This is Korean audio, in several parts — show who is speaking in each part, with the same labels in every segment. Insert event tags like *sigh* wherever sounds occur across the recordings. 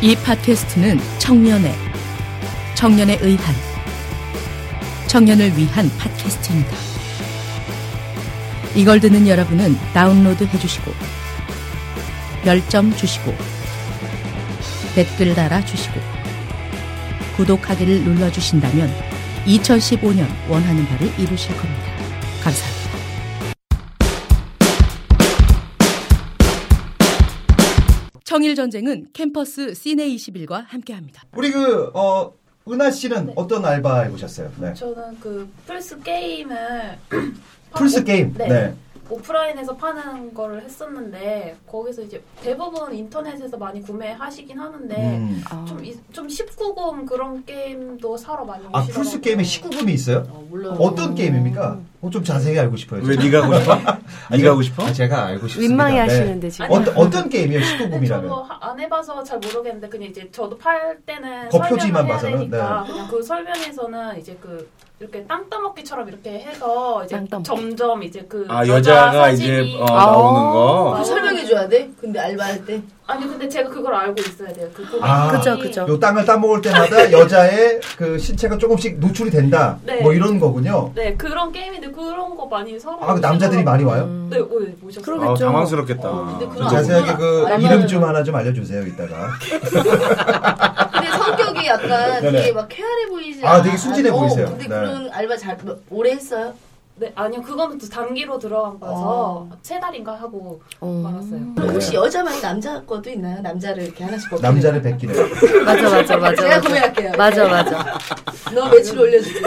Speaker 1: 이 팟캐스트는 청년의 청년에 의한 청년을 위한 팟캐스트입니다. 이걸 듣는 여러분은 다운로드 해주시고 별점 주시고 댓글 달아주시고 구독하기를 눌러주신다면 2015년 원하는 바를 이루실 겁니다. 감사합니다. 청일 전쟁은 캠퍼스 시내 21과 함께합니다.
Speaker 2: 우리 그, 어, 은하 씨는
Speaker 3: 네.
Speaker 2: 어떤 알바 해보셨어요? 네.
Speaker 4: 저는 그
Speaker 2: *clears throat*
Speaker 4: 플스 게임을
Speaker 3: 아,
Speaker 2: 풀스
Speaker 3: 어,
Speaker 2: 게임.
Speaker 4: 네. 오프라인에서 파는 거를 했었는데 거기서 이제 대부분 인터넷에서 많이 구매하시긴 하는데
Speaker 3: 네.
Speaker 2: 음.
Speaker 3: 아,
Speaker 4: 좀, 이- 좀 19금 그런 게임도 사러 많이 오시더라고요.
Speaker 2: 아, 풀스 게임에
Speaker 3: 뭐
Speaker 2: 19금이 있어요?
Speaker 3: 아,
Speaker 2: 어떤 게임입니까?
Speaker 3: 음.
Speaker 2: 어, 좀 자세히 알고 싶어요.
Speaker 5: 왜
Speaker 2: 저는.
Speaker 5: 네가 하고 싶어? *laughs* 네가 하고 싶어?
Speaker 2: 아, 제가 알고 싶습니다.
Speaker 3: 민망해
Speaker 2: 네.
Speaker 3: 하시는데 지금. 아,
Speaker 4: 아니,
Speaker 2: 어떤, 어떤 게임이에요,
Speaker 4: 근데
Speaker 2: 19금이라면?
Speaker 4: 저도 하- 안 해봐서 잘 모르겠는데 그냥 이제 저도 팔 때는
Speaker 2: 겉표지만
Speaker 4: 설명을 해야
Speaker 2: 봐서는, 네.
Speaker 4: 되니까 그냥 그 설명에서는 이제 그 이렇게 땅 따먹기처럼 이렇게 해서 이제
Speaker 3: 땅 따먹기.
Speaker 4: 점점 이제 그
Speaker 5: 아 여자가 이제
Speaker 4: 사진이
Speaker 5: 어,
Speaker 6: 아,
Speaker 5: 나오는 거.
Speaker 4: 아.
Speaker 6: 그거 설명해줘야 돼? 근데 알바할 때?
Speaker 4: 아니 근데 제가 그걸 알고 있어야 돼요. 그 고객이
Speaker 2: 아.
Speaker 3: 그죠, 그죠.
Speaker 2: 요 땅을 따먹을 때마다 여자의 그 신체가 조금씩 노출이 된다.
Speaker 4: 네.
Speaker 2: 뭐 이런 거군요.
Speaker 4: 네 그런 게임인데 그런 거 많이 서로
Speaker 2: 아, 그 남자들이 많이 와요?
Speaker 3: 음.
Speaker 4: 네, 네 모셨어요.
Speaker 5: 아, 당황스럽겠다.
Speaker 6: 어, 근데 그거
Speaker 2: 좀
Speaker 6: 아,
Speaker 2: 자세하게
Speaker 6: 그건
Speaker 3: 음.
Speaker 2: 그
Speaker 6: 알바는-
Speaker 2: 이름 좀 하나 좀 알려주세요, 이따가.
Speaker 3: 네.
Speaker 6: 근데 성격이 약간
Speaker 2: 네네.
Speaker 6: 되게 막 쾌활해 보이지
Speaker 2: 아,
Speaker 6: 않아?
Speaker 2: 되게 순진해
Speaker 6: 어,
Speaker 2: 보이세요.
Speaker 6: 근데
Speaker 2: 네.
Speaker 6: 그런 알바 잘 뭐, 오래 했어요?
Speaker 4: 네, 아니요, 그거는 또 단기로 들어간 거라서 세 달인가 하고 아. 말았어요. 네.
Speaker 6: 그럼 혹시 여자만이 남자 것도 있나요? 남자를 이렇게 하나씩 먹고
Speaker 2: 네. 남자를 뵙기를.
Speaker 3: 맞아, 맞아, 맞아.
Speaker 6: 제가
Speaker 3: 맞아.
Speaker 6: 구매할게요.
Speaker 3: 맞아, 맞아. 아.
Speaker 6: 너 며칠 올려주게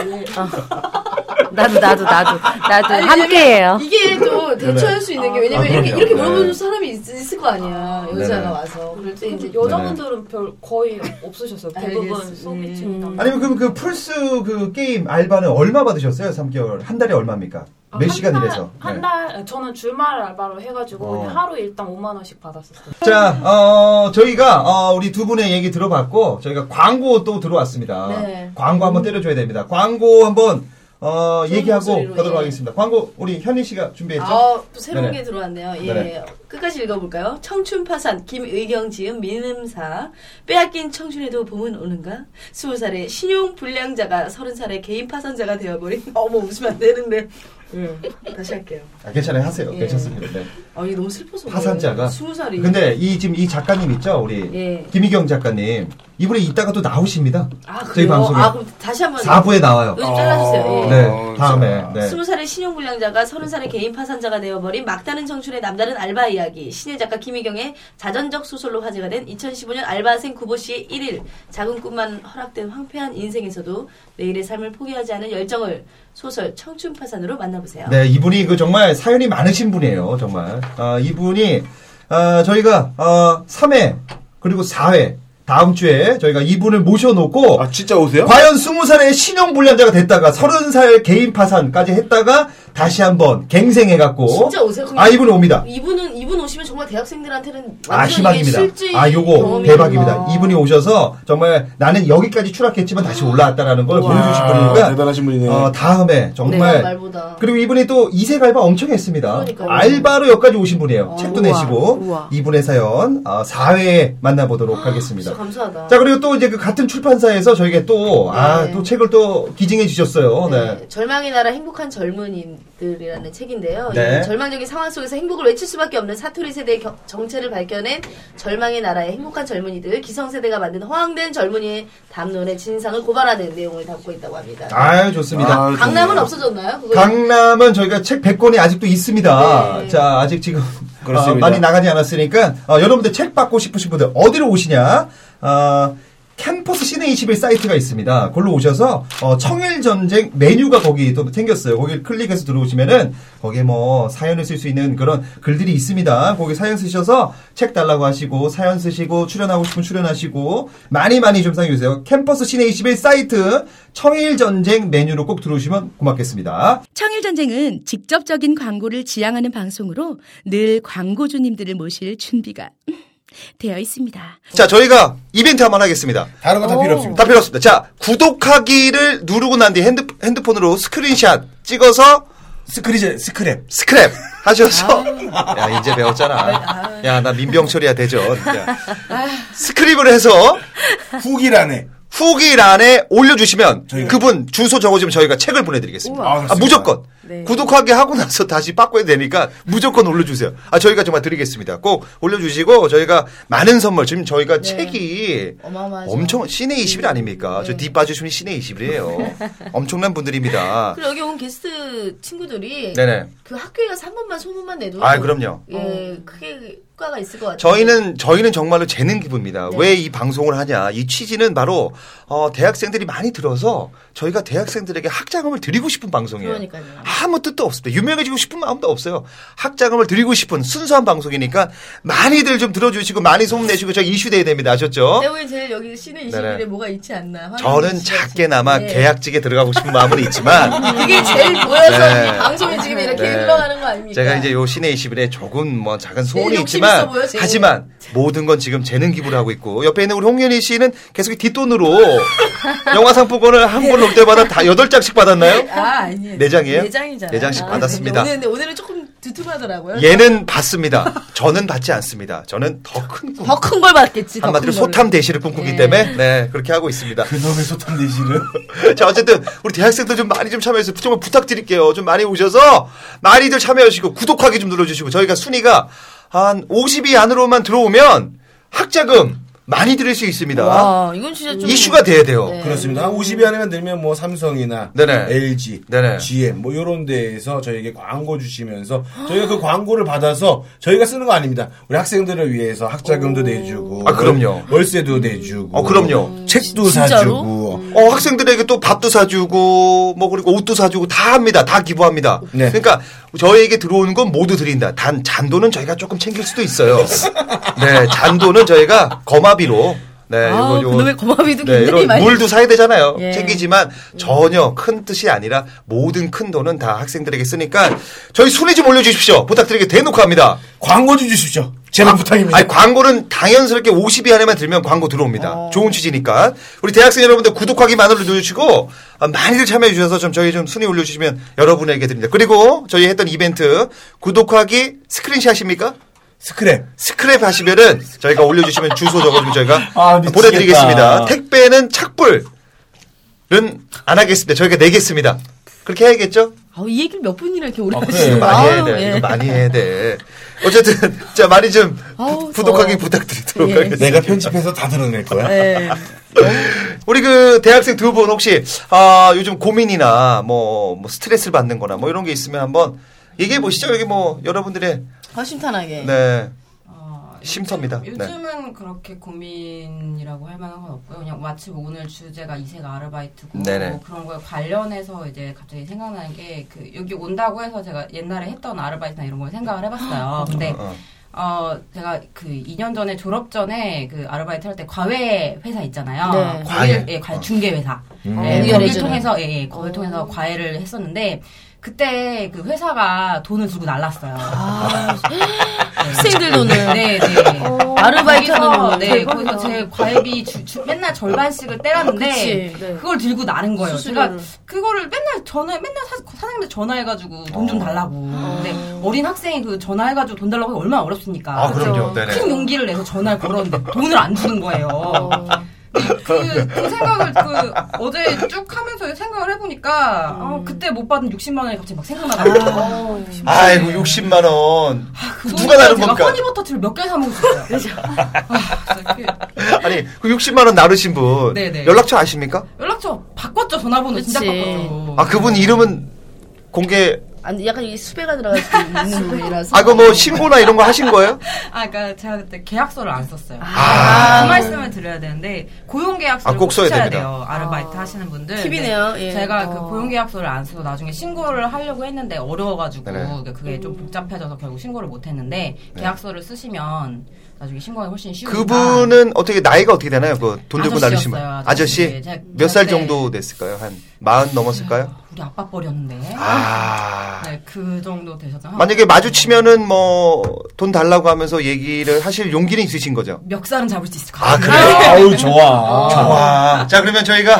Speaker 3: 나도, 나도, 나도. 나도
Speaker 6: 아니,
Speaker 3: 함께해요.
Speaker 6: 이게 또 대처할 수 있는 게 왜냐면
Speaker 2: 아,
Speaker 6: 이렇게,
Speaker 2: 그럼요.
Speaker 6: 이렇게
Speaker 2: 네.
Speaker 6: 물어보는 사람이 있, 을거 아니야 여자가
Speaker 2: 네네.
Speaker 6: 와서 그럴 때
Speaker 4: 근데
Speaker 6: 이제
Speaker 4: 여자분들은 별 거의 없으셨어요. 대부분
Speaker 6: 알겠습니다.
Speaker 4: 소개팅 남
Speaker 2: 아니면 그럼 그 풀스 그 게임 알바는 얼마 받으셨어요? 3개월. 한 달에 얼마입니까?
Speaker 6: 어,
Speaker 4: 아,
Speaker 2: 몇
Speaker 4: 한
Speaker 2: 시간
Speaker 4: 달-
Speaker 2: 일해서?
Speaker 4: 한
Speaker 2: 네.
Speaker 4: 달, 저는 주말 알바로 해가지고
Speaker 2: 어.
Speaker 4: 그냥 하루 일당 5만 원씩 받았었어요.
Speaker 2: 자, 어, 저희가 어, 우리 두 분의 얘기 들어봤고 저희가 광고 또 들어왔습니다.
Speaker 6: 네.
Speaker 2: 광고 한번 때려줘야 됩니다. 광고 한번 어,
Speaker 6: 좋은
Speaker 2: 얘기하고
Speaker 6: 목소리로,
Speaker 2: 가도록
Speaker 6: 예.
Speaker 2: 하겠습니다. 광고 우리 현희 씨가 준비했죠?
Speaker 6: 아, 또 새로운
Speaker 2: 네네.
Speaker 6: 게 들어왔네요. 예.
Speaker 2: 네네.
Speaker 6: 끝까지 읽어볼까요? 청춘 파산, 김의경 지은 민음사. 빼앗긴 청춘에도 봄은 오는가? 스무 살의 신용 불량자가 서른 살의 개인 파산자가 되어버린. *laughs* 어머, 웃으면 안 되는데. 예. 다시 할게요.
Speaker 2: 아, 괜찮아요 하세요.
Speaker 6: 예.
Speaker 2: 괜찮습니다. 네.
Speaker 6: 아, 이게 너무 슬퍼서.
Speaker 2: 파산자가?
Speaker 6: 스무 살이.
Speaker 2: 근데 이 지금 이 작가님 있죠 우리
Speaker 6: 예.
Speaker 2: 김희경 작가님 이분이 이따가 또 나오십니다.
Speaker 6: 아, 그래요?
Speaker 2: 저희 방송에
Speaker 6: 아, 그럼 다시 한 번.
Speaker 2: 4부에 나와요.
Speaker 6: 요즘 잘라주세요. 예.
Speaker 2: 네, 다음에 네. 그렇죠.
Speaker 6: 스무 살의 신용불량자가 서른 살의 개인 파산자가 되어버린 막다른 청춘의 남다른 알바 이야기. 신의 작가 김희경의 자전적 소설로 화제가 된 2015년 알바생 구보 씨의 1일. 작은 꿈만 허락된 황폐한 인생에서도 내일의 삶을 포기하지 않은 열정을 소설 청춘 파산으로 만나보세요.
Speaker 2: 네, 이분이 그 정말 사연이 많으신 분이에요, 정말. 아, 이분이, 아, 저희가, 아, 3회, 그리고 4회, 다음 주에 저희가 이분을 모셔놓고,
Speaker 5: 아 진짜 오세요?
Speaker 2: 과연 20살의 신용불량자가 됐다가, 30살 개인 파산까지 했다가, 다시 한번 갱생해갖고,
Speaker 6: 진짜 오세요? 그럼
Speaker 2: 아, 이분 옵니다.
Speaker 6: 이분은 이분 오시면 정말 대학생들한테는
Speaker 2: 아,
Speaker 6: 완전 이게
Speaker 2: 희망입니다.
Speaker 6: 실제
Speaker 2: 아, 요거
Speaker 6: 경험이구나.
Speaker 2: 대박입니다. 이분이
Speaker 6: 아,
Speaker 2: 오셔서 정말 나는 여기까지 추락했지만 다시 올라왔다라는 걸
Speaker 5: 우와,
Speaker 2: 보여주신 분이니까
Speaker 5: 대단하신 분이네.
Speaker 2: 어, 다음에
Speaker 6: 내가
Speaker 2: 정말
Speaker 6: 말보다
Speaker 2: 그리고 이분이 또 이색 알바 엄청 했습니다.
Speaker 6: 그러니까요. 어,
Speaker 2: 알바로 여기까지 오신 분이에요. 책도
Speaker 3: 우와,
Speaker 2: 내시고
Speaker 3: 우와.
Speaker 2: 이분의 사연 아, 4회에 만나보도록 하겠습니다.
Speaker 6: 진짜 아, 감사하다.
Speaker 2: 자 그리고 또 이제 그 같은 출판사에서 저에게 또아또
Speaker 6: 네.
Speaker 2: 책을 또 기증해 주셨어요. 네.
Speaker 6: 네, 절망의 나라 행복한 젊은이들이라는 책인데요.
Speaker 2: 네.
Speaker 6: 이 절망적인 상황 속에서 행복을 외칠 수밖에 없는 사투리 세대의 겨- 정체를 밝혀낸 절망의 나라의 행복한 젊은이들, 기성세대가 만든 허황된 젊은이의 담론의 진상을 고발하는 내용을 담고 있다고 합니다.
Speaker 2: 아유 좋습니다.
Speaker 5: 아,
Speaker 6: 강남은
Speaker 5: 좋네요.
Speaker 6: 없어졌나요? 그거
Speaker 2: 강남은 저희가 책 100권이 아직도 있습니다.
Speaker 6: 네.
Speaker 2: 자, 아직 지금
Speaker 5: *laughs* 그렇습니다.
Speaker 2: 어, 많이 나가지 않았으니까 어, 여러분들 책 받고 싶으신 분들 어디로 오시냐? 어, 캠퍼스 시내 21 사이트가 있습니다. 걸로 오셔서 어, 청일 전쟁 메뉴가 거기 또 생겼어요. 거기 클릭해서 들어오시면은 거기에 뭐 사연을 쓸 수 있는 그런 글들이 있습니다. 거기 사연 쓰셔서 책 달라고 하시고 사연 쓰시고 출연하고 싶으면 출연하시고 많이 많이 좀 상해 주세요. 캠퍼스 시내 21 사이트 청일 전쟁 메뉴로 꼭 들어오시면 고맙겠습니다.
Speaker 1: 청일전쟁은 직접적인 광고를 지향하는 방송으로 늘 광고주님들을 모실 준비가 되어 있습니다.
Speaker 2: 자, 저희가 이벤트 한번 하겠습니다.
Speaker 7: 다른
Speaker 6: 어.
Speaker 7: 건 다 필요
Speaker 6: *laughs*
Speaker 7: 없습니다.
Speaker 2: 다 필요 없습니다. 자, 구독하기를 누르고 난 뒤 핸드, 핸드폰으로 스크린샷 찍어서
Speaker 7: 스크리제 스크랩.
Speaker 2: 스크랩 하셔서 *laughs* 야 이제 배웠잖아. 야 나 민병철이야 대전. 야. 스크립을 해서
Speaker 5: 후기란에.
Speaker 2: 후기일 안에 올려주시면
Speaker 5: 저희가.
Speaker 2: 그분 주소 적어주면 저희가 책을 보내드리겠습니다.
Speaker 5: 우와.
Speaker 2: 아,
Speaker 5: 아, 그렇습니다.
Speaker 2: 무조건
Speaker 8: 네.
Speaker 2: 구독하게 하고 나서 다시 바꿔야 되니까 무조건 올려주세요. 아 저희가 정말 드리겠습니다. 꼭 올려주시고 저희가 많은 선물 지금 저희가 책이
Speaker 8: 어마어마하죠.
Speaker 2: 엄청 신의 20일
Speaker 6: 음.
Speaker 2: 아닙니까?
Speaker 6: 네.
Speaker 2: 저 뒷봐주시면 신의
Speaker 6: *laughs*
Speaker 2: 20일이에요. 엄청난 분들입니다.
Speaker 6: 그리고 여기 온 게스트 친구들이
Speaker 2: 네네.
Speaker 6: 그 학교에 가서 한 번만 소문만 내도
Speaker 2: 아 그럼요.
Speaker 6: 예, 크게 효과가 있을 것 같아요.
Speaker 2: 저희는 저희는 정말로 재능 기부입니다.
Speaker 6: 네.
Speaker 2: 왜 이 방송을 하냐? 이 취지는 바로 어, 대학생들이 많이 들어서 저희가 대학생들에게 학자금을 드리고 싶은 방송이에요.
Speaker 6: 그러니까요.
Speaker 2: 아무 뜻도 없습니다. 유명해지고 싶은 마음도 없어요. 학자금을 드리고 싶은 순수한 방송이니까 많이들 좀 들어주시고 많이 소문내시고 저 이슈돼야 됩니다. 아셨죠?
Speaker 6: 때문에 제일 여기 시내 21일에
Speaker 2: 네네.
Speaker 6: 뭐가 있지 않나.
Speaker 2: 저는 작게나마
Speaker 6: 네.
Speaker 2: 계약직에 들어가고 싶은 마음은
Speaker 6: *laughs*
Speaker 2: 있지만
Speaker 6: 그게 제일 보여서
Speaker 2: 네.
Speaker 6: 이 방송이 지금 이렇게
Speaker 2: 네.
Speaker 6: 흘러가는 거 아닙니까?
Speaker 2: 제가 이제 요 시내 21에 조금 뭐 작은 소원이
Speaker 6: 네, 욕심
Speaker 2: 있지만
Speaker 6: 있어 보여, 지금.
Speaker 2: 하지만 모든 건 지금 재능 기부를 하고 있고 옆에 있는 우리 홍윤희 씨는 계속
Speaker 6: *laughs*
Speaker 2: 뒷돈으로 영화 상품권을 한 번 올 때마다 다 여덟 장씩 받았나요?
Speaker 6: 아, 아니에요.
Speaker 2: 네 장이에요?
Speaker 6: 네 장이잖아요.
Speaker 2: 네 장씩
Speaker 6: 아,
Speaker 2: 받았습니다. 예.
Speaker 6: 오늘, 근데 오늘은 조금 두툼하더라고요.
Speaker 2: 얘는 받습니다. 저는 받지 않습니다. 저는 더 큰 꿈.
Speaker 6: 더 큰 걸 받겠지. 더
Speaker 2: 한마디로
Speaker 6: 큰 거를.
Speaker 2: 소탐 대시를 꿈꾸기 때문에 네 그렇게 하고 있습니다.
Speaker 5: 그놈의 소탐 내시를.
Speaker 2: *laughs*
Speaker 5: *laughs*
Speaker 2: 자 어쨌든 우리 대학생들 좀 많이 좀 참여해서 정말 부탁드릴게요. 좀 많이 오셔서 많이들 참여하시고 구독하기 좀 눌러주시고 저희가 순위가 한 50위 안으로만 들어오면 학자금 많이 드릴 수 있습니다.
Speaker 6: 와, 어, 이건 진짜 좀
Speaker 2: 아.
Speaker 6: 네.
Speaker 2: 이슈가 돼야 돼요.
Speaker 5: 그렇습니다. 한 50위 안에만 들면 뭐 삼성이나
Speaker 2: 네네.
Speaker 5: LG,
Speaker 2: 네네.
Speaker 5: GM 뭐 이런 데에서 저희에게 광고 주시면서 저희가 그 광고를 받아서 저희가 쓰는 거 아닙니다. 우리 학생들을 위해서 학자금도 내주고
Speaker 2: 아, 그럼요.
Speaker 5: 월세도 내주고
Speaker 2: 어, 그럼요.
Speaker 5: 책도
Speaker 6: 진짜로?
Speaker 5: 사주고
Speaker 2: 어, 학생들에게 또 밥도 사주고, 뭐, 그리고 옷도 사주고, 다 합니다. 다 기부합니다.
Speaker 5: 네.
Speaker 2: 그러니까 저희에게 들어오는 건 모두 드린다. 단, 잔돈은 저희가 조금 챙길 수도 있어요. 네, 잔돈은 저희가 거마비로. 네,
Speaker 6: 아, 그놈의 거마비도
Speaker 2: 네,
Speaker 6: 굉장히
Speaker 2: 이런
Speaker 6: 많이
Speaker 2: 물도 사야 되잖아요.
Speaker 6: 예.
Speaker 2: 챙기지만 전혀 큰 뜻이 아니라 모든 큰 돈은 다 학생들에게 쓰니까 저희 순위 좀 올려주십시오. 부탁드리게 대놓고 합니다.
Speaker 5: 광고 좀 주십시오. 제발
Speaker 6: 음.
Speaker 5: 부탁입니다.
Speaker 2: 아니, 광고는 당연스럽게 50위 안에만 들면 광고 들어옵니다. 좋은 취지니까. 우리 대학생 여러분들 구독하기만으로 눌러주시고, 아, 많이들 참여해주셔서 좀 저희 좀 순위 올려주시면 여러분에게 드립니다. 그리고 저희 했던 이벤트, 구독하기 스크린샷입니까?
Speaker 5: 스크랩.
Speaker 2: 스크랩 하시면은 저희가 올려주시면 주소 적어주면 저희가
Speaker 5: 아, 미치겠다.
Speaker 2: 보내드리겠습니다. 택배는 착불은 안 하겠습니다. 저희가 내겠습니다. 그렇게 해야겠죠?
Speaker 6: 아, 이 얘기를 몇 분이나 이렇게 오래
Speaker 5: 아, 그래.
Speaker 2: 이거
Speaker 6: 하시는
Speaker 2: 많이 해야
Speaker 6: 거예요?
Speaker 2: 돼.
Speaker 6: 아유,
Speaker 2: 이거 많이 해야 돼. 어쨌든 *laughs* 자 많이 좀
Speaker 6: 아우,
Speaker 2: 구독하기
Speaker 6: 더워.
Speaker 2: 부탁드리도록
Speaker 6: 예.
Speaker 2: 하겠습니다.
Speaker 5: 내가 편집해서 다 드러낼 거야.
Speaker 6: 예.
Speaker 5: 네.
Speaker 2: 우리 그 대학생 두 분 혹시 아 요즘 고민이나 뭐, 뭐 스트레스를 받는거나 뭐 이런 게 있으면 한번 얘기해 보시죠. 여기 뭐 여러분들의
Speaker 6: 허심탄하게.
Speaker 2: 네
Speaker 9: 어,
Speaker 2: 쉼터입니다. 네.
Speaker 9: 요즘은 그렇게 고민이라고 할 만한 건 없고요. 그냥 마침 오늘 주제가 이색 아르바이트고
Speaker 2: 네네.
Speaker 9: 뭐 그런 거에 관련해서 이제 갑자기 생각나는 게 그 여기 온다고 해서 제가 옛날에 했던 아르바이트나 이런 걸 생각을 해봤어요. 근데
Speaker 2: 어, 어.
Speaker 9: 어 제가 그 2년 전에 졸업 전에 그 아르바이트 할 때 과외 회사 있잖아요.
Speaker 8: 네.
Speaker 9: 과외
Speaker 2: 과외. 아.
Speaker 9: 예, 과외 중개 회사.
Speaker 5: 음.
Speaker 9: 네,
Speaker 8: 어,
Speaker 9: 거기를
Speaker 8: 예전에.
Speaker 9: 통해서 예, 예, 거기를 통해서 과외를 했었는데 그때 그 회사가 돈을 주고 날랐어요.
Speaker 6: 아, 학생들
Speaker 2: 아,
Speaker 6: 돈을.
Speaker 9: 네, 네.
Speaker 6: 어, 아르바이트 하는
Speaker 9: 거기서,
Speaker 6: 분.
Speaker 9: 네, 거기서 제 과외비 주, 주- 맨날 절반씩을
Speaker 6: 그치.
Speaker 9: 때렸는데
Speaker 6: 네.
Speaker 9: 그걸 들고 나는 거예요. 제가
Speaker 6: 수수료를.
Speaker 9: 그거를 맨날 전화 맨날 사, 사장님한테 전화해가지고 돈
Speaker 2: 어.
Speaker 9: 좀 달라고. 근데 어린 학생이 그 전화해가지고 돈 달라고 하기 얼마나 어렵습니까?
Speaker 2: 아 그럼요. 네네.
Speaker 9: 큰 용기를 내서
Speaker 2: *laughs*
Speaker 9: 전화를 걸었는데 돈을 안 주는 거예요.
Speaker 6: 어.
Speaker 9: 그, 그 생각을 그 어제 쭉 하면서 생각을 해보니까 어, 그때 못 받은 60만 원이 갑자기 막
Speaker 6: 아.
Speaker 9: 생각나더라고요.
Speaker 2: 아이고 60만 원.
Speaker 9: 아, 그
Speaker 2: 누가 나는
Speaker 9: 제가
Speaker 2: 겁니까?
Speaker 9: 허니버터티를 몇 개
Speaker 6: *laughs*
Speaker 9: 사 먹었어요. 아, 진짜
Speaker 2: *laughs*
Speaker 9: 그
Speaker 2: 아니 그 60만 원 나르신 분
Speaker 9: 네네.
Speaker 2: 연락처 아십니까?
Speaker 9: 연락처 바꿨죠 전화번호 진짜
Speaker 6: 그치.
Speaker 9: 바꿨죠.
Speaker 2: 아 그분 이름은 공개
Speaker 6: 아니, 약간 이게 수배가 들어갈 *laughs* 수 있는 분이라서.
Speaker 2: 아 그거 뭐 신고나 이런 거 하신 거예요?
Speaker 9: *laughs* 아, 그러니까 제가 그때 계약서를 안 썼어요.
Speaker 2: 아.
Speaker 9: 그 말씀을 드려야 되는데 고용 계약서를
Speaker 2: 아, 꼭
Speaker 9: 꼭
Speaker 2: 써야
Speaker 9: 쓰셔야
Speaker 2: 됩니다.
Speaker 9: 돼요. 아르바이트 하시는 분들.
Speaker 6: 팁이네요.
Speaker 9: 네.
Speaker 6: 예.
Speaker 9: 제가
Speaker 6: 어.
Speaker 9: 그 고용 계약서를 안 쓰고 나중에 신고를 하려고 했는데 어려워가지고
Speaker 2: 네네. 네.
Speaker 9: 그러니까 그게 좀 복잡해져서 결국 신고를 못 했는데 계약서를 쓰시면 나중에 신고하기 훨씬 쉬우니까.
Speaker 2: 그분은 어떻게 나이가 어떻게 되나요? 그 돈 들고 나르신 분
Speaker 9: 아저씨였어요, 아저씨.
Speaker 2: 아저씨
Speaker 9: 제가
Speaker 2: 몇 살
Speaker 9: 그때-
Speaker 2: 정도 됐을까요? 한 마흔 넘었을까요?
Speaker 9: 우리 아빠 버렸는데.
Speaker 2: 아
Speaker 9: 네, 그 정도 되셨던.
Speaker 2: 만약에 마주치면은 뭐 돈 달라고 하면서 얘기를 하실 용기는 있으신 거죠?
Speaker 9: 멱살은 잡을 수 있을 것
Speaker 2: 아
Speaker 9: 같아요.
Speaker 2: 그래요?
Speaker 5: 아우 좋아.
Speaker 2: 좋아. 자 그러면 저희가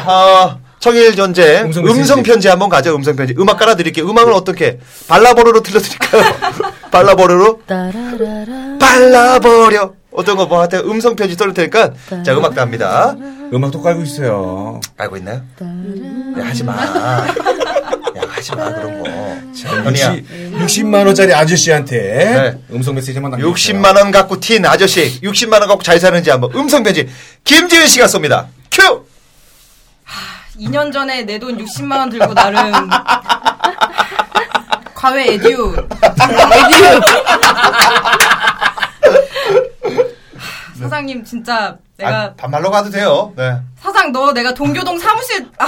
Speaker 2: 어, 청일 전쟁
Speaker 5: 음성
Speaker 2: 음성,
Speaker 5: 편지.
Speaker 2: 편지 한번 가죠. 음성 편지 음악 깔아드릴게요. *laughs* 음악은 어떻게 발라보로로 들려드릴까요? 발라버려로
Speaker 6: 따라라라.
Speaker 2: 발라버려 어떤 거 뭐 하여튼 음성 편지 떨릴 테니까 자 음악 나옵니다
Speaker 5: 음악 또 깔고 있어요.
Speaker 2: 알고 있나요?
Speaker 6: 따라.
Speaker 2: 야 하지마 야 하지마 그런 거 현이야
Speaker 5: 60만 원짜리 아저씨한테 음성 메시지만 남겨.
Speaker 2: 60만 원 갖고 튄 아저씨 60만 원 갖고 잘 사는지 한번 음성 편지 김지은 씨가 쏩니다 큐
Speaker 9: 2년 전에 내 돈 60만 원 들고 나름 *laughs* 과외 에듀 사장님 진짜 내가
Speaker 2: 아, 반말로 가도 돼요 네.
Speaker 9: 사장 너 내가 동교동 사무실 아,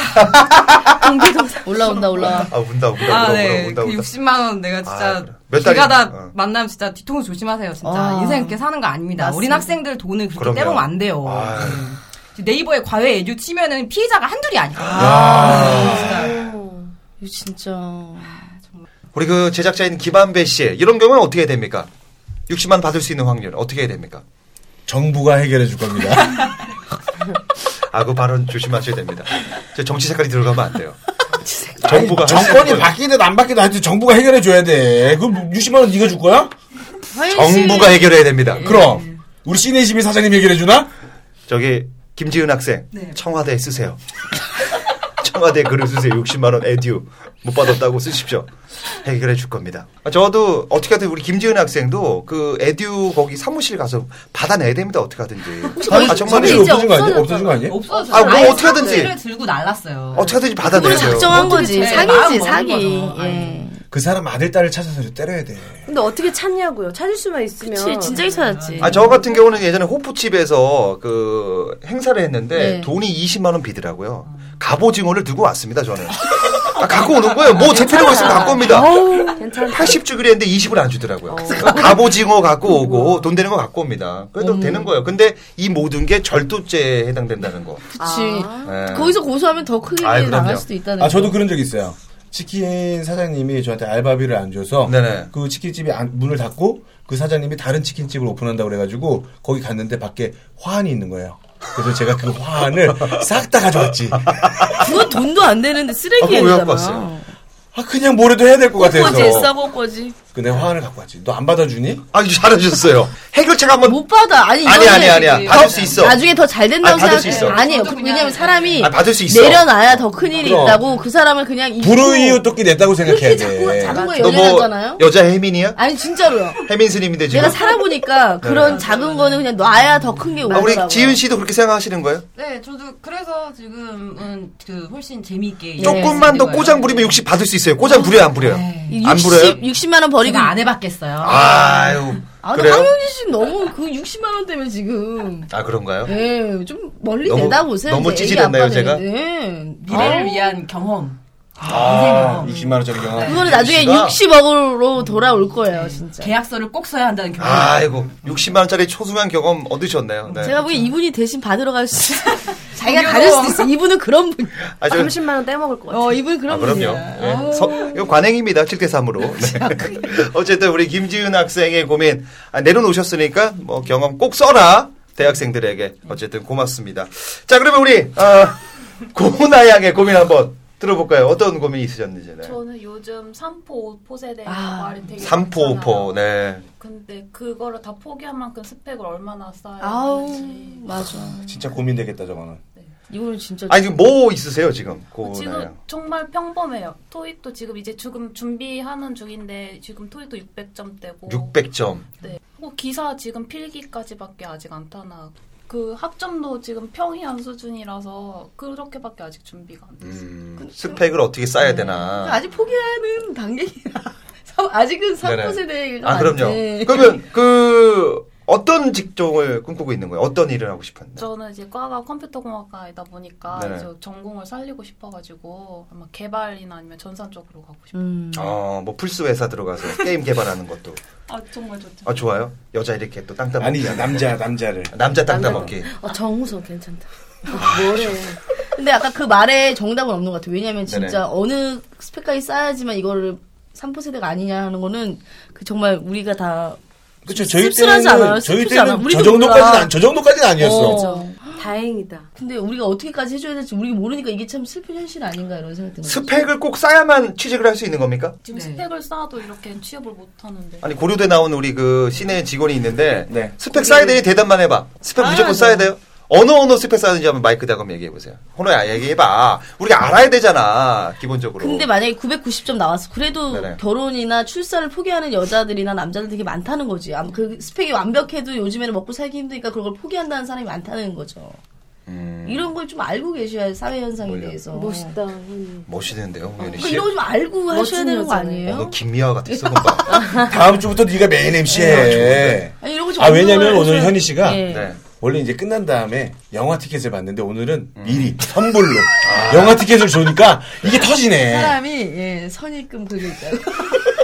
Speaker 6: 올라온다 올라와.
Speaker 2: 아 운다 운다
Speaker 9: 아,
Speaker 2: 운다
Speaker 9: 네.
Speaker 2: 운다
Speaker 9: 그
Speaker 2: 운다
Speaker 9: 60만 원 내가
Speaker 2: 아,
Speaker 9: 진짜
Speaker 2: 그래. 몇 달이-
Speaker 9: 길가다
Speaker 2: 어.
Speaker 9: 만나면 진짜 뒤통수 조심하세요 진짜
Speaker 6: 아.
Speaker 9: 인생 그렇게 사는 거 아닙니다 어린 학생들 돈을 그렇게
Speaker 2: 그럼요.
Speaker 9: 떼보면 안 돼요
Speaker 2: 아유.
Speaker 9: 음. 네이버에 과외 에듀 치면은 피해자가 한둘이 아니에요
Speaker 6: 이거 진짜.
Speaker 2: 우리 그 제작자인 김한배 씨 이런 경우는 어떻게 해야 됩니까? 60만 원 받을 수 있는 확률 어떻게 해야 됩니까?
Speaker 5: 정부가 해결해 줄 겁니다.
Speaker 2: 아 그 발언 조심하셔야 됩니다. 저 정치 색깔이 들어가면 안 돼요. 정부가
Speaker 5: *laughs* 정부가
Speaker 2: 할수 있는
Speaker 5: 정권이
Speaker 2: 거예요.
Speaker 5: 바뀌든 안 바뀌든 하여튼 정부가 해결해 줘야 돼. 그럼 60만 원 네가 줄 거야?
Speaker 2: 정부가 해결해야 됩니다.
Speaker 5: 그럼 우리 시내 집이 사장님 해결해 주나?
Speaker 2: 저기 김지은 학생
Speaker 9: 네.
Speaker 2: 청와대에 쓰세요. *laughs* 청와대 글을 쓰세요. 60만 원 에듀 못 받았다고 쓰십시오. 해결해 줄 겁니다. 아, 저도 어떻게 하든 우리 김지은 학생도 그 에듀 거기 사무실 가서 받아내야 됩니다. 어떻게 하든지. 아
Speaker 5: 사무실
Speaker 2: 정말이요.
Speaker 6: 이제
Speaker 5: 없어진 거 아니야?
Speaker 6: 없어졌잖아.
Speaker 5: 없어진 거 아니야?
Speaker 9: 없어졌어요
Speaker 2: 아, 뭐
Speaker 9: 아예
Speaker 2: 어떻게 하든지.
Speaker 9: 사무실을 들고 날랐어요
Speaker 2: 어떻게 하든지
Speaker 6: 그걸
Speaker 2: 받아내야 돼요.
Speaker 6: 작정한 거지.
Speaker 9: 어떻게 제
Speaker 6: 사기지,
Speaker 9: 마음
Speaker 6: 사기.
Speaker 9: 먹는 거죠.
Speaker 6: 예.
Speaker 5: 그 사람 아들 딸을 찾아서 때려야 돼.
Speaker 10: 근데 어떻게 찾냐고요? 찾을 수만 있으면.
Speaker 6: 그치, 진작에 찾았지.
Speaker 2: 아, 저 같은 경우는 예전에 호프집에서 그 행사를 했는데
Speaker 6: 네.
Speaker 2: 돈이 20만원 비더라고요. 갑오징어를 들고 왔습니다, 저는. 아, 갖고 오는 거예요. 뭐, 제 필요가 있으면 갖고 옵니다.
Speaker 10: 괜찮다.
Speaker 2: 80주기로 했는데 20을 안
Speaker 6: 어.
Speaker 2: 주더라고요. 갑오징어 갖고 오고 돈 되는 거 갖고 옵니다. 그래도
Speaker 6: 음.
Speaker 2: 되는 거예요. 근데 이 모든 게 절도죄에 해당된다는 거.
Speaker 6: 그치.
Speaker 3: 아.
Speaker 2: 예.
Speaker 6: 거기서 고소하면 더 크게
Speaker 2: 아이, 그럼요.
Speaker 6: 나갈 수도 있다는
Speaker 5: 아 저도
Speaker 6: 거.
Speaker 5: 그런 적 있어요. 치킨 사장님이 저한테 알바비를 안 줘서
Speaker 2: 네네.
Speaker 5: 그 치킨집이 안- 문을 닫고 그 사장님이 다른 치킨집을 오픈한다고 그래가지고 거기 갔는데 밖에 화환이 있는 거예요. 그래서 제가 그
Speaker 6: *laughs*
Speaker 5: 화환을 싹 다 가져왔지.
Speaker 6: 그건 돈도 안 되는데
Speaker 2: 아, 그거 왜 갖고
Speaker 6: 쓰레기잖아.
Speaker 2: 왔어요?
Speaker 5: 아 그냥 뭐라도 해야 될 것
Speaker 6: 꼬꼬지,
Speaker 5: 같아서.
Speaker 6: 싸고 꼬지.
Speaker 5: 근데 화환을 갖고 왔지. 너 안
Speaker 6: 음.
Speaker 5: 받아주니?
Speaker 2: 아, 잘해주셨어요. 해결책 한번.
Speaker 6: 못 받아. 아니,
Speaker 2: 아니,
Speaker 6: 이거는
Speaker 2: 아니, 아니야.
Speaker 6: 더-
Speaker 2: 받을 수 있어.
Speaker 6: 나중에 더 잘 된다고
Speaker 2: 아니, 받을 수
Speaker 6: 생각해.
Speaker 2: 있어.
Speaker 6: 아니에요. 왜냐면 사람이
Speaker 2: 아, 받을 수 있어.
Speaker 6: 내려놔야 더 큰 일이
Speaker 5: 그럼.
Speaker 6: 있다고 그 사람을 그냥 잊고
Speaker 5: 불우이웃 도끼 냈다고
Speaker 6: 그렇게
Speaker 5: 생각해야
Speaker 6: 자꾸
Speaker 5: 돼.
Speaker 6: 작은 거에
Speaker 2: 너 뭐,
Speaker 6: 연연하잖아요.
Speaker 2: 여자 혜민이야?
Speaker 6: 아니 진짜로요.
Speaker 2: 혜민 스님인데 지금. 네.
Speaker 6: 내가 살아보니까 그런 작은 거는 그냥 놔야 더 큰 게
Speaker 2: 아,
Speaker 6: 오더라고요.
Speaker 2: 우리 지은 씨도 그렇게 생각하시는 거예요?
Speaker 9: 네 저도 그래서 지금은 그 훨씬 재미있게
Speaker 6: 예,
Speaker 2: 조금만 더 꼬장 부리면 60 받을 수 있어요. 꼬장 부려요, 안 부려요?
Speaker 6: 네.
Speaker 2: 안 부려요?
Speaker 6: 60, 만원 버리고.
Speaker 9: 제가 안 해봤겠어요
Speaker 2: 아유.
Speaker 6: 아, 근데
Speaker 2: 그래요?
Speaker 6: 황영진 씨 너무 그 60만 원 때문에 지금.
Speaker 2: 아, 그런가요?
Speaker 6: 예, 좀 멀리
Speaker 2: 너무-
Speaker 6: 내다보세요.
Speaker 2: 너무
Speaker 6: 이제 애기
Speaker 2: 찌질했나요,
Speaker 6: 아빠는.
Speaker 2: 제가?
Speaker 6: 예.
Speaker 9: 미래를 위한 경험
Speaker 5: 아, 60만 원짜리 경험.
Speaker 6: 그거는 나중에
Speaker 2: 씨가-
Speaker 6: 60억으로 돌아올 거예요, 진짜.
Speaker 9: 계약서를 꼭 써야 한다는 경험
Speaker 2: 아이고, 60만원짜리 초승한 경험 얻으셨네요. 네.
Speaker 6: 제가 보기엔 이분이 대신 받으러 갈 수, 자기가 가질
Speaker 9: 뭐
Speaker 6: 수도 있어. 이분은 그런 분.
Speaker 2: 아, 저,
Speaker 10: 30만 원 떼먹을 것 같아.
Speaker 6: 어, 이분 그런
Speaker 2: 아,
Speaker 6: 분이야.
Speaker 2: 그럼요. 예. 서- 이거 관행입니다.
Speaker 6: *laughs*
Speaker 2: 7대3으로. 네. *laughs* 어쨌든 우리 김지은 학생의 고민 아, 내려놓으셨으니까 뭐 경험 꼭 써라. 대학생들에게. 어쨌든 고맙습니다. 자, 그러면 우리, 아, *laughs* 고나 양의 고민 한번 들어볼까요? 어떤 고민이 있으셨는지. 네.
Speaker 4: 저는 요즘 3포, 5포 세대
Speaker 6: 아,
Speaker 4: 말이 되게
Speaker 2: 3포, 5포,
Speaker 4: 많잖아요.
Speaker 2: 네.
Speaker 4: 근데 그거를 다 포기한 만큼 스펙을 얼마나 쌓아야
Speaker 6: 아우,
Speaker 4: 되는지
Speaker 6: 맞아.
Speaker 5: 진짜 고민되겠다 저거는.
Speaker 6: 이거는 진짜.
Speaker 2: 아니, 지금 뭐 있으세요, 지금? 고나
Speaker 4: 어, 지금
Speaker 2: 양.
Speaker 4: 정말 평범해요. 토익도 지금 이제 지금 준비하는 중인데 지금 토익도 600점대고
Speaker 2: 600점.
Speaker 4: 네. 그리고 기사 지금 필기까지밖에 아직 안 타나. 그 학점도 지금 평이한 수준이라서 그렇게밖에 아직 준비가 안 됐어요.
Speaker 2: 음, 스펙을 어떻게 쌓아야 되나.
Speaker 9: 그
Speaker 6: 아직 포기하는 *laughs* 단계이라. 삼- 아직은
Speaker 2: 네네.
Speaker 6: 3호 세대가.
Speaker 2: 아, 그럼요.
Speaker 6: 아닌데.
Speaker 2: 그러면 그 어떤 직종을 꿈꾸고 있는 거예요? 어떤 일을 하고 싶은데?
Speaker 4: 저는 이제 과가 컴퓨터공학과이다 보니까
Speaker 2: 음. 네네.
Speaker 4: 이제 전공을 살리고 싶어가지고 아마 개발이나 아니면 전산 쪽으로 가고 싶어요.
Speaker 6: 음.
Speaker 2: 어, 뭐 플스 회사 들어가서 게임 개발하는 것도.
Speaker 4: 아 정말 좋죠.
Speaker 2: 아, 좋아요. 여자 이렇게 또 땅따먹기.
Speaker 5: 아니 남자 남자를.
Speaker 2: 남자 땅따먹기.
Speaker 3: 어,
Speaker 6: 아, 정우성 괜찮다. 뭐래. 근데 아까 그 말에 정답은 없는 것 같아요. 왜냐면 진짜
Speaker 2: 네네.
Speaker 6: 어느 스펙까지 쌓아야지만 이거를 3포 세대가 아니냐 하는 거는 그 정말 우리가 다
Speaker 5: 그렇죠. 저희
Speaker 6: 씁쓸하지
Speaker 5: 때는
Speaker 6: 않아요?
Speaker 5: 저희
Speaker 6: 씁쓸하지 않아.
Speaker 5: 때는
Speaker 6: 우리도
Speaker 5: 저 정도까지는
Speaker 6: 몰라.
Speaker 2: 그렇죠.
Speaker 5: 안- 저 정도까지는 아니었어.
Speaker 6: 어. 다행이다. 근데 우리가 어떻게까지 해줘야 될지 우리가 모르니까 이게 참 슬픈 현실 아닌가 이런 생각 드는 거죠.
Speaker 2: 스펙을 꼭 쌓야만 취직을 할 수 있는 겁니까?
Speaker 4: 지금 스펙을 쌓아도 이렇게 취업을 못 하는데.
Speaker 2: 아니 고려대 나온 우리 그 시내 직원이 있는데 스펙 쌓아야 되니 대답만 해봐. 스펙
Speaker 4: 아,
Speaker 2: 무조건
Speaker 4: 네.
Speaker 2: 쌓아야 돼요. 어느 어느 스펙 쌓는지 한번 마이크 대고 얘기해 보세요. 호노야 얘기해 봐. 우리가 알아야 되잖아 기본적으로.
Speaker 6: 근데 만약에 990점 나왔어. 그래도
Speaker 2: 네네.
Speaker 6: 결혼이나 출산을 포기하는 여자들이나 남자들 되게 많다는 거지. 아마 그 스펙이 완벽해도 요즘에는 먹고 살기 힘드니까 그걸 포기한다는 사람이 많다는 거죠.
Speaker 2: 음.
Speaker 6: 이런 걸 좀 알고 계셔야 할 사회 현상에 대해서. 멋있다.
Speaker 2: 멋있는데요,
Speaker 6: 아,
Speaker 2: 홍현희 씨.
Speaker 6: 이런 거 좀 알고 하셔야 되는 거
Speaker 2: 어,
Speaker 6: 아니에요?
Speaker 2: 너 김미아 같았어
Speaker 6: *laughs*
Speaker 2: 금방.
Speaker 5: 다음 주부터 네가 메인 MC 해.
Speaker 6: 아니, 이런 거좀
Speaker 5: 아 왜냐면
Speaker 6: 운동을
Speaker 5: 오늘
Speaker 6: 해줘야-
Speaker 5: 현희 씨가
Speaker 6: 예.
Speaker 2: 네.
Speaker 5: 원래 이제 끝난 다음에 영화 티켓을 봤는데 오늘은 미리 선불로 영화 티켓을 주니까 이게 음. 아. 터지네.
Speaker 6: 사람이 예, 선입금 그게 있잖아요. *laughs*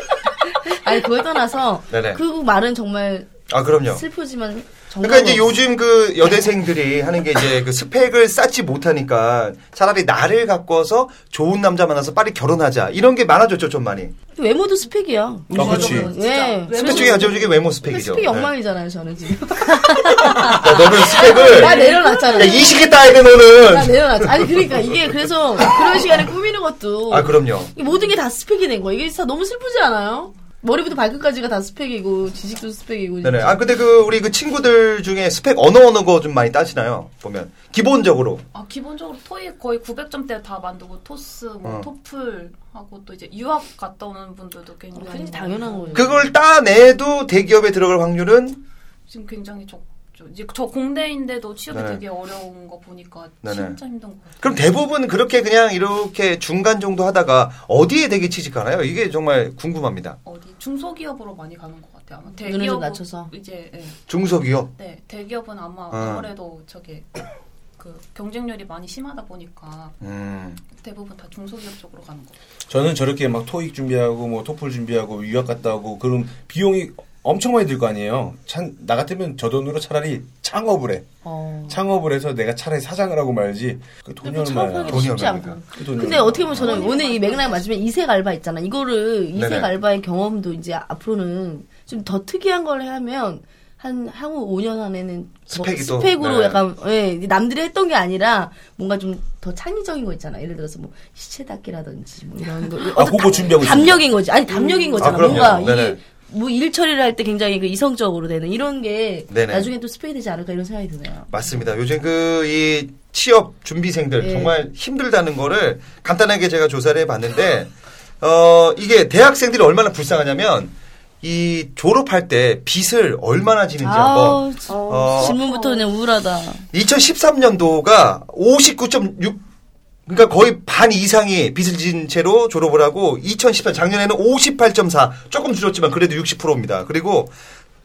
Speaker 6: 아니 그걸 떠나서
Speaker 2: 네네.
Speaker 6: 그 말은 정말
Speaker 2: 아 그럼요.
Speaker 6: 슬프지만 정말
Speaker 2: 그러니까 이제 요즘 그 여대생들이 하는 게 이제 그 스펙을 쌓지 못하니까 차라리 나를 바꿔서 좋은 남자 만나서 빨리 결혼하자 이런 게 많아졌죠 좀 많이.
Speaker 6: 외모도 스펙이야.
Speaker 2: 아, 그렇지.
Speaker 6: 예.
Speaker 2: 스펙 중에 아주 이게 외모 스펙이죠.
Speaker 6: 스펙이
Speaker 2: 네.
Speaker 6: 엉망이잖아요 저는 지금.
Speaker 2: 야, 너는 스펙을
Speaker 6: 나 내려놨잖아.
Speaker 2: 네. 야, 이 시기 따야 돼
Speaker 6: 나
Speaker 2: 너는.
Speaker 6: 내려놨. 아니 그러니까 이게 그래서 그런 시간에 꾸미는 것도
Speaker 2: 아 그럼요.
Speaker 6: 이 모든 게 다 스펙이 된 거야. 이게 진짜 너무 슬프지 않아요? 머리부터 발끝까지가 다 스펙이고 지식도 스펙이고.
Speaker 2: 네네. 아 근데 그 우리 그 친구들 중에 스펙 언어 언어 거 좀 많이 따시나요? 보면 기본적으로
Speaker 4: 아 기본적으로 토익 거의 900점대 다 만들고 토스, 뭐
Speaker 2: 어.
Speaker 4: 토플 하고 또 이제 유학 갔다 오는 분들도 굉장히
Speaker 6: 어, 굉장히 당연한 거죠.
Speaker 2: 그걸 따내도 대기업에 들어갈 확률은
Speaker 4: 지금 굉장히 적죠. 이제 저 공대인데도 취업이
Speaker 2: 네네.
Speaker 4: 되게 어려운 거 보니까
Speaker 2: 네네.
Speaker 4: 진짜 힘든 거 같아요.
Speaker 2: 그럼 대부분 그렇게 그냥 이렇게 중간 정도 하다가 어디에 되게 취직하나요? 이게 정말 궁금합니다.
Speaker 4: 어디 중소기업으로 많이 가는 것 같아요. 아마
Speaker 6: 눈을 좀
Speaker 4: 대기업
Speaker 6: 낮춰서.
Speaker 4: 이제 예.
Speaker 2: 중소기업.
Speaker 4: 네 대기업은 아마
Speaker 2: 아.
Speaker 4: 아무래도 저게 그 경쟁률이 많이 심하다 보니까
Speaker 2: 음.
Speaker 4: 대부분 다 중소기업 쪽으로 가는 거. 같아요.
Speaker 5: 저는 저렇게 막 토익 준비하고 뭐 토플 준비하고 유학 갔다 오고 그럼 비용이 엄청 많이 들 거 아니에요. 찬- 나 같으면 저 돈으로 차라리 창업을 해. 창업을 해서 내가 차라리 사장을 하고 말지. 그 돈이 얼마야?
Speaker 6: 창업하기도 쉽지 않고.
Speaker 5: 그 돈이
Speaker 6: 근데
Speaker 5: 얼마야?
Speaker 6: 어떻게 보면 저는 오늘 이 맥락 맞으면 이색 알바 있잖아. 이거를 이색
Speaker 5: 네네.
Speaker 6: 알바의 경험도 이제 앞으로는 좀 더 특이한 걸 하면 한 향후 5년 안에는 더
Speaker 2: 스펙이 또,
Speaker 6: 스펙으로
Speaker 2: 네.
Speaker 6: 약간 예, 이제 남들이 했던 게 아니라 뭔가 좀 더 창의적인 거 있잖아. 예를 들어서 뭐 시체 닦기라든지 뭐 이런 거.
Speaker 5: 아, 그거 준비하고 있습니다.
Speaker 6: 담력인 거지. 아니 담력인
Speaker 5: 음.
Speaker 6: 거잖아.
Speaker 5: 아, 그럼요.
Speaker 6: 뭔가 이게
Speaker 5: 네네.
Speaker 6: 뭐 일처리를 할 때 굉장히 그 이성적으로 되는 이런 게
Speaker 2: 네네.
Speaker 6: 나중에 또 스펙이 되지 않을까 이런 생각이 드네요.
Speaker 2: 맞습니다. 요즘 그 이 취업 준비생들
Speaker 6: 예.
Speaker 2: 정말 힘들다는 거를 간단하게 제가 조사를 해봤는데 어 이게 대학생들이 얼마나 불쌍하냐면 이 졸업할 때 빚을 얼마나 지는지
Speaker 6: 아우
Speaker 2: 한번
Speaker 6: 지-
Speaker 2: 어.
Speaker 6: 질문부터 그냥 우울하다.
Speaker 2: 2013년도가 59.6 그러니까 거의 반 이상이 빚을 진 채로 졸업을 하고 2014 작년에는 58.4 조금 줄었지만 그래도 60%입니다. 그리고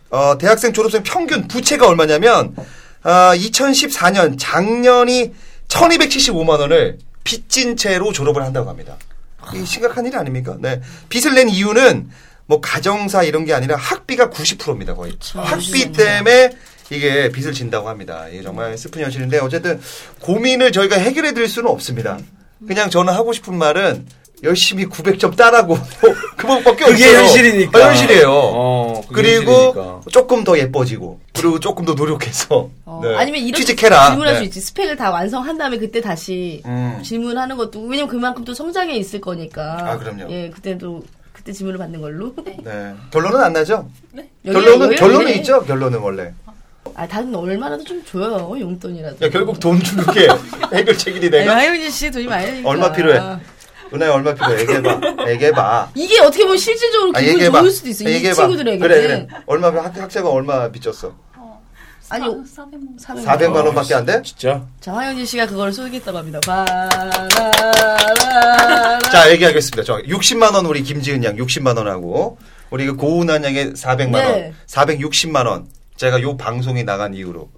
Speaker 2: 어, 대학생 졸업생 평균 부채가 얼마냐면 아, 2014년 작년이 1,275만 원을 빚진 채로 졸업을 한다고 합니다. 이 심각한 일 아닙니까? 네. 빚을 낸 이유는 뭐 가정사 이런 게 아니라 학비가 90%입니다 거의. 학비 때문에 이게 빚을 진다고 합니다. 이게 정말 슬픈 현실인데 어쨌든 고민을 저희가 해결해 드릴 수는 없습니다. 그냥 저는 하고 싶은 말은 열심히 900점 따라고 *laughs* 뭐 그것밖에 없어요.
Speaker 5: 그게 현실이니까.
Speaker 2: 어, 현실이에요.
Speaker 5: 어, 그게
Speaker 2: 그리고
Speaker 5: 현실이니까.
Speaker 2: 조금 더 예뻐지고 그리고 조금 더 노력해서 네.
Speaker 6: 어, 아니면 이렇게
Speaker 2: 취직해라.
Speaker 6: 질문할 수
Speaker 2: 네.
Speaker 6: 있지. 스펙을 다 완성한 다음에 그때 다시
Speaker 2: 음.
Speaker 6: 질문하는 것도 왜냐면 그만큼 또 성장해 있을 거니까.
Speaker 2: 아, 그럼요.
Speaker 6: 예, 그때도 그때 질문을 받는 걸로.
Speaker 2: 네. 결론은 안 나죠?
Speaker 6: *laughs* 여기가
Speaker 2: 결론은
Speaker 6: 여유롭네.
Speaker 2: 결론은 있죠. 결론은 원래.
Speaker 6: 아, 다른 얼마라도 좀 줘요. 용돈이라도.
Speaker 2: 야, 결국 돈 주는
Speaker 6: *laughs*
Speaker 2: 게 해결책이니 내가
Speaker 6: 네, 하윤이 씨 돈이 많이 드니까.
Speaker 2: 얼마 필요해? 은하야 얼마 필요해? 얘기해봐. 얘기해봐.
Speaker 6: 이게 어떻게 보면 실질적으로
Speaker 2: 아,
Speaker 6: 아, 기분이
Speaker 2: 얘기해봐.
Speaker 6: 좋을 수도 있어. 이
Speaker 2: 얘기해봐.
Speaker 6: 친구들에게.
Speaker 2: 그래 그래. 얼마 학, 학자가 얼마 빚졌어?
Speaker 6: 아니, 400만
Speaker 2: 400만 원밖에 안 돼?
Speaker 5: 진짜?
Speaker 6: 자, 화윤이 씨가 그걸 쏘겠다고 합니다.
Speaker 9: 아,
Speaker 6: 바라라라.
Speaker 2: 자, 얘기하겠습니다. 저 60만 원 우리 김지은 양 60만 원하고 우리 그 고은한 양의 400만 원,
Speaker 6: 네.
Speaker 2: 460만 원. 제가 요 방송이 나간 이후로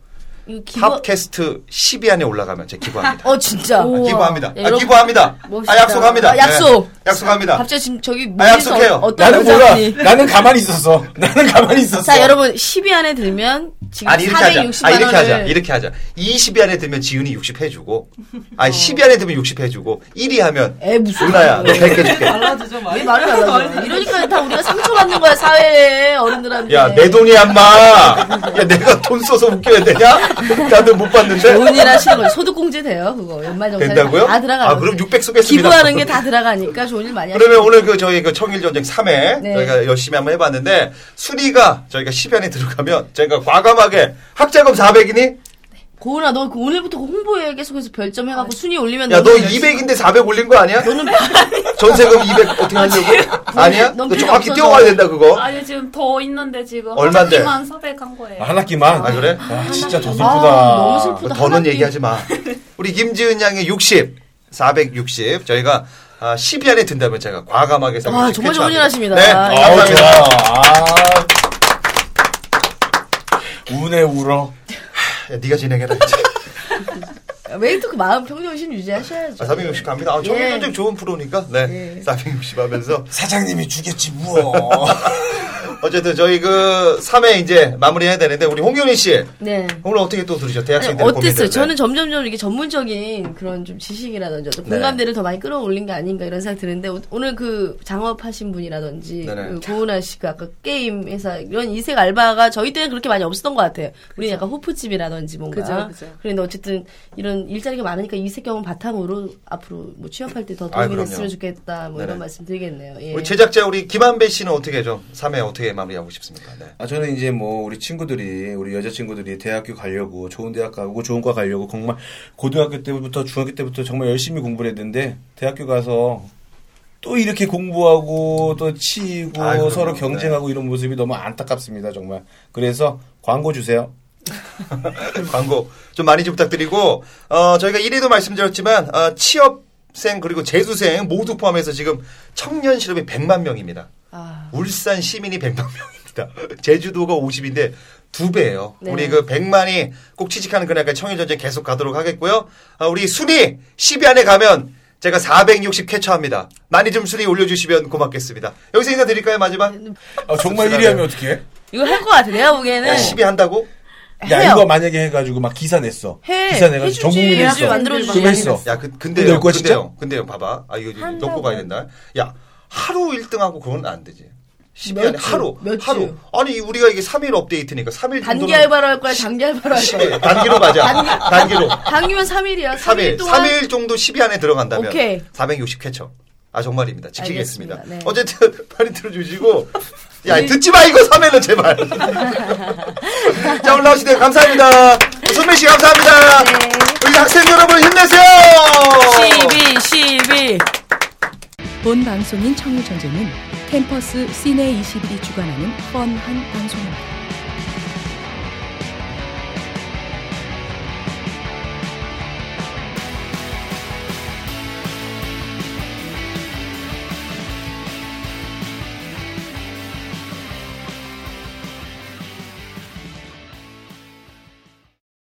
Speaker 6: 이거 기본-
Speaker 2: 팝캐스트 10위 안에 올라가면 제가 기부합니다.
Speaker 6: 어, 진짜.
Speaker 2: 아, 기부합니다. 아,
Speaker 6: 예, 여러분,
Speaker 2: 기부합니다.
Speaker 6: 멋있다.
Speaker 2: 아, 약속합니다.
Speaker 6: 아, 약속.
Speaker 2: 네, 약속합니다.
Speaker 6: 갑자기 지금 저기
Speaker 2: 아,
Speaker 6: 무리에서
Speaker 2: 약속해요.
Speaker 6: 어떤 여자분이
Speaker 5: *laughs*
Speaker 2: 나는 가만히 있었어. 나는 가만히 있었어.
Speaker 6: 자, 여러분 10위 안에 들면 지금
Speaker 2: 아니 이렇게 하자.
Speaker 6: 460만
Speaker 2: 아 이렇게 하자.
Speaker 6: 원을
Speaker 2: 이렇게 하자. 20위 안에 들면 지훈이 60
Speaker 6: *laughs*
Speaker 2: 해주고, 아 10위 안에 들면 60 해주고, 1위 하면
Speaker 6: 에 무슨
Speaker 2: 은하야 너 100 해줄게.
Speaker 9: 달라지죠
Speaker 6: 왜
Speaker 9: 많이.
Speaker 6: 말을 안 하죠? *laughs*
Speaker 9: *laughs*
Speaker 6: 이러니까 다 우리가 상처받는 거야 사회에 어른들한테.
Speaker 2: 야 내 돈이야 인마. 야 내가 돈 써서 웃겨야 되냐? 나도 못 봤는데.
Speaker 6: 좋은 일 하시는 거예요. 소득공제 돼요 그거 연말정산에
Speaker 2: 된다고요?
Speaker 6: 다 들어가요.
Speaker 2: 아 그럼 600 쏘겠습니다.
Speaker 6: 기부하는 게 다 들어가니까 좋은 일 많이 하시는
Speaker 2: 그러면 오늘 그 저희 그 청일 전쟁 3회
Speaker 6: 네.
Speaker 2: 저희가 열심히 한번 해봤는데 순위가 저희가 10위 안에 들어가면 저희가 과감하게 학자금 400이니
Speaker 6: 고은아 너 그 오늘부터 그 홍보에 계속해서 별점 해갖고 순위 올리면
Speaker 2: 야 너
Speaker 6: 너는
Speaker 2: 200인데 400 올린 거 아니야? 전세금 200 어떻게 하려고? 아니야?
Speaker 6: 너무
Speaker 2: 너
Speaker 6: 필요
Speaker 2: 정확히
Speaker 6: 없어서.
Speaker 2: 뛰어가야 된다 그거.
Speaker 4: 아니 지금 더 있는데 지금
Speaker 2: 얼만데?
Speaker 4: 만 400한 거예요.
Speaker 5: 아, 한 학기만.
Speaker 2: 아 그래?
Speaker 5: 아, 진짜 더
Speaker 6: 아,
Speaker 5: 슬프다.
Speaker 6: 너무 슬프다.
Speaker 2: 더는
Speaker 6: 하나밖에-
Speaker 2: 얘기하지
Speaker 6: *laughs*
Speaker 2: 마. 우리 김지은 양의 60, 460 저희가 아, 10위 안에 든다면 제가 과감하게
Speaker 6: 아, 정말 좋은 일 하십니다.
Speaker 2: 네,
Speaker 6: 아,
Speaker 5: 아우, 좋아.
Speaker 2: 감사합니다.
Speaker 5: 아. 우네 울어.
Speaker 2: 야, 네가 진행해라 이제.
Speaker 6: 웨이트 그 마음 평정심 유지하셔야죠.
Speaker 2: 아, 460 갑니다. 아,
Speaker 6: 예.
Speaker 2: 청년전쟁 좋은 프로니까. 네. 460 하면서.
Speaker 5: 사장님이 주겠지 무어.
Speaker 2: 어쨌든 저희 그 3회 이제 마무리해야 되는데, 우리 홍윤희 씨.
Speaker 6: 네.
Speaker 2: 오늘 어떻게 또 들으셨죠?
Speaker 6: 아니,
Speaker 2: 대학생들
Speaker 6: 네, 어땠어요? 저는 점점점 이렇게 전문적인 그런 좀 지식이라든지 어떤
Speaker 2: 네.
Speaker 6: 공감대를 더 많이 끌어올린 게 아닌가 이런 생각 드는데 오- 오늘 그 장업하신 분이라든지
Speaker 2: 네네.
Speaker 6: 그 고은아 씨그 아까 게임 회사 이런 이색 알바가 저희 때는 그렇게 많이 없었던 것 같아요. 우리 는 약간 호프집이라든지 뭔가.
Speaker 10: 그죠, 그죠.
Speaker 6: 런데 어쨌든 이런 일자리가 많으니까 이색 경험 바탕으로 앞으로 뭐 취업할 때 더
Speaker 2: 아,
Speaker 6: 도움이
Speaker 2: 그럼요.
Speaker 6: 됐으면 좋겠다 뭐
Speaker 2: 네네.
Speaker 6: 이런 말씀 드리겠네요. 예.
Speaker 2: 우리 제작자 우리 김한배 씨는 어떻게 좀 3회 어떻게 마무리하고 싶습니까?
Speaker 6: *laughs*
Speaker 2: 네.
Speaker 5: 아, 저는 이제 뭐 우리 친구들이 우리 여자 친구들이 대학교 가려고 좋은 대학 가고 좋은 과 가려고 정말 고등학교 때부터 중학교 때부터 정말 열심히 공부를 했는데 대학교 가서 또 이렇게 공부하고 또 치이고
Speaker 2: 아이, 그럼요.
Speaker 5: 서로 경쟁하고 이런 모습이 너무 안타깝습니다 정말 그래서 광고 주세요
Speaker 2: 광고 좀 많이 좀 부탁드리고 어, 저희가 1위도 말씀드렸지만 어, 취업생 그리고 재수생 모두 포함해서 지금 청년 실업이 100만 명입니다.
Speaker 6: 아.
Speaker 2: 울산 시민이 100만 명입니다. *laughs* 제주도가 50인데 두 배예요.
Speaker 6: 네.
Speaker 2: 우리 그 100만이 꼭 취직하는 그날까지 그러니까 청년 전쟁 계속 가도록 하겠고요. 아, 우리 순위 10위 안에 가면 제가 460 캡처합니다. 많이 좀 순위 올려주시면 고맙겠습니다. 여기서 인사드릴까요 마지막?
Speaker 6: 네.
Speaker 5: 아, 정말
Speaker 2: 씁쓸하네요.
Speaker 5: 1위 하면 어떡해
Speaker 6: 이거 할 것 같아. 내가 보기에는
Speaker 2: 야, 10위 네, 한다고?
Speaker 5: 야
Speaker 6: 해요.
Speaker 5: 이거 만약에 해가지고 막 기사 냈어
Speaker 6: 해.
Speaker 5: 기사 내가지고
Speaker 6: 해주지.
Speaker 5: 전국민 했어
Speaker 6: 해주지. 만들어주지.
Speaker 5: 좀 했어
Speaker 2: 야, 그,
Speaker 5: 근데
Speaker 2: 근데요.
Speaker 5: 올 거야, 진짜?
Speaker 2: 근데요. 근데요. 봐봐. 아, 이거 좀
Speaker 10: 한다고.
Speaker 2: 넣고 가야 된다. 야, 하루 1등하고 그건 안 되지. 10일 안에
Speaker 6: 몇 주?
Speaker 2: 하루.
Speaker 6: 몇 주?
Speaker 2: 하루. 아니, 우리가 이게 3일 업데이트니까 3일 정도는
Speaker 6: 단기 알바로 할 거야, 장기 알바로 할 거야.
Speaker 2: 네, 단기로 가자. 단기로.
Speaker 6: 단기면 3일이야.
Speaker 2: 3일.
Speaker 6: 3일 동안
Speaker 2: 3일 정도 10위 안에 들어간다면
Speaker 6: 오케이.
Speaker 2: 460 캐쳐. 아, 정말입니다. 지키겠습니다.
Speaker 6: 알겠습니다. 네.
Speaker 2: 어쨌든 *laughs* 많이 들어주시고 야, 듣지 마 이거 3회는
Speaker 6: *laughs*
Speaker 2: 제발. 자, 올라오시대 요 감사합니다. 손민 씨 감사합니다.
Speaker 6: 네.
Speaker 2: 우리 학생 여러분 힘내세요.
Speaker 6: 12, 12.
Speaker 1: 본 방송인 청일전쟁은 캠퍼스 시내 21이 주관하는 뻔한 방송입니다.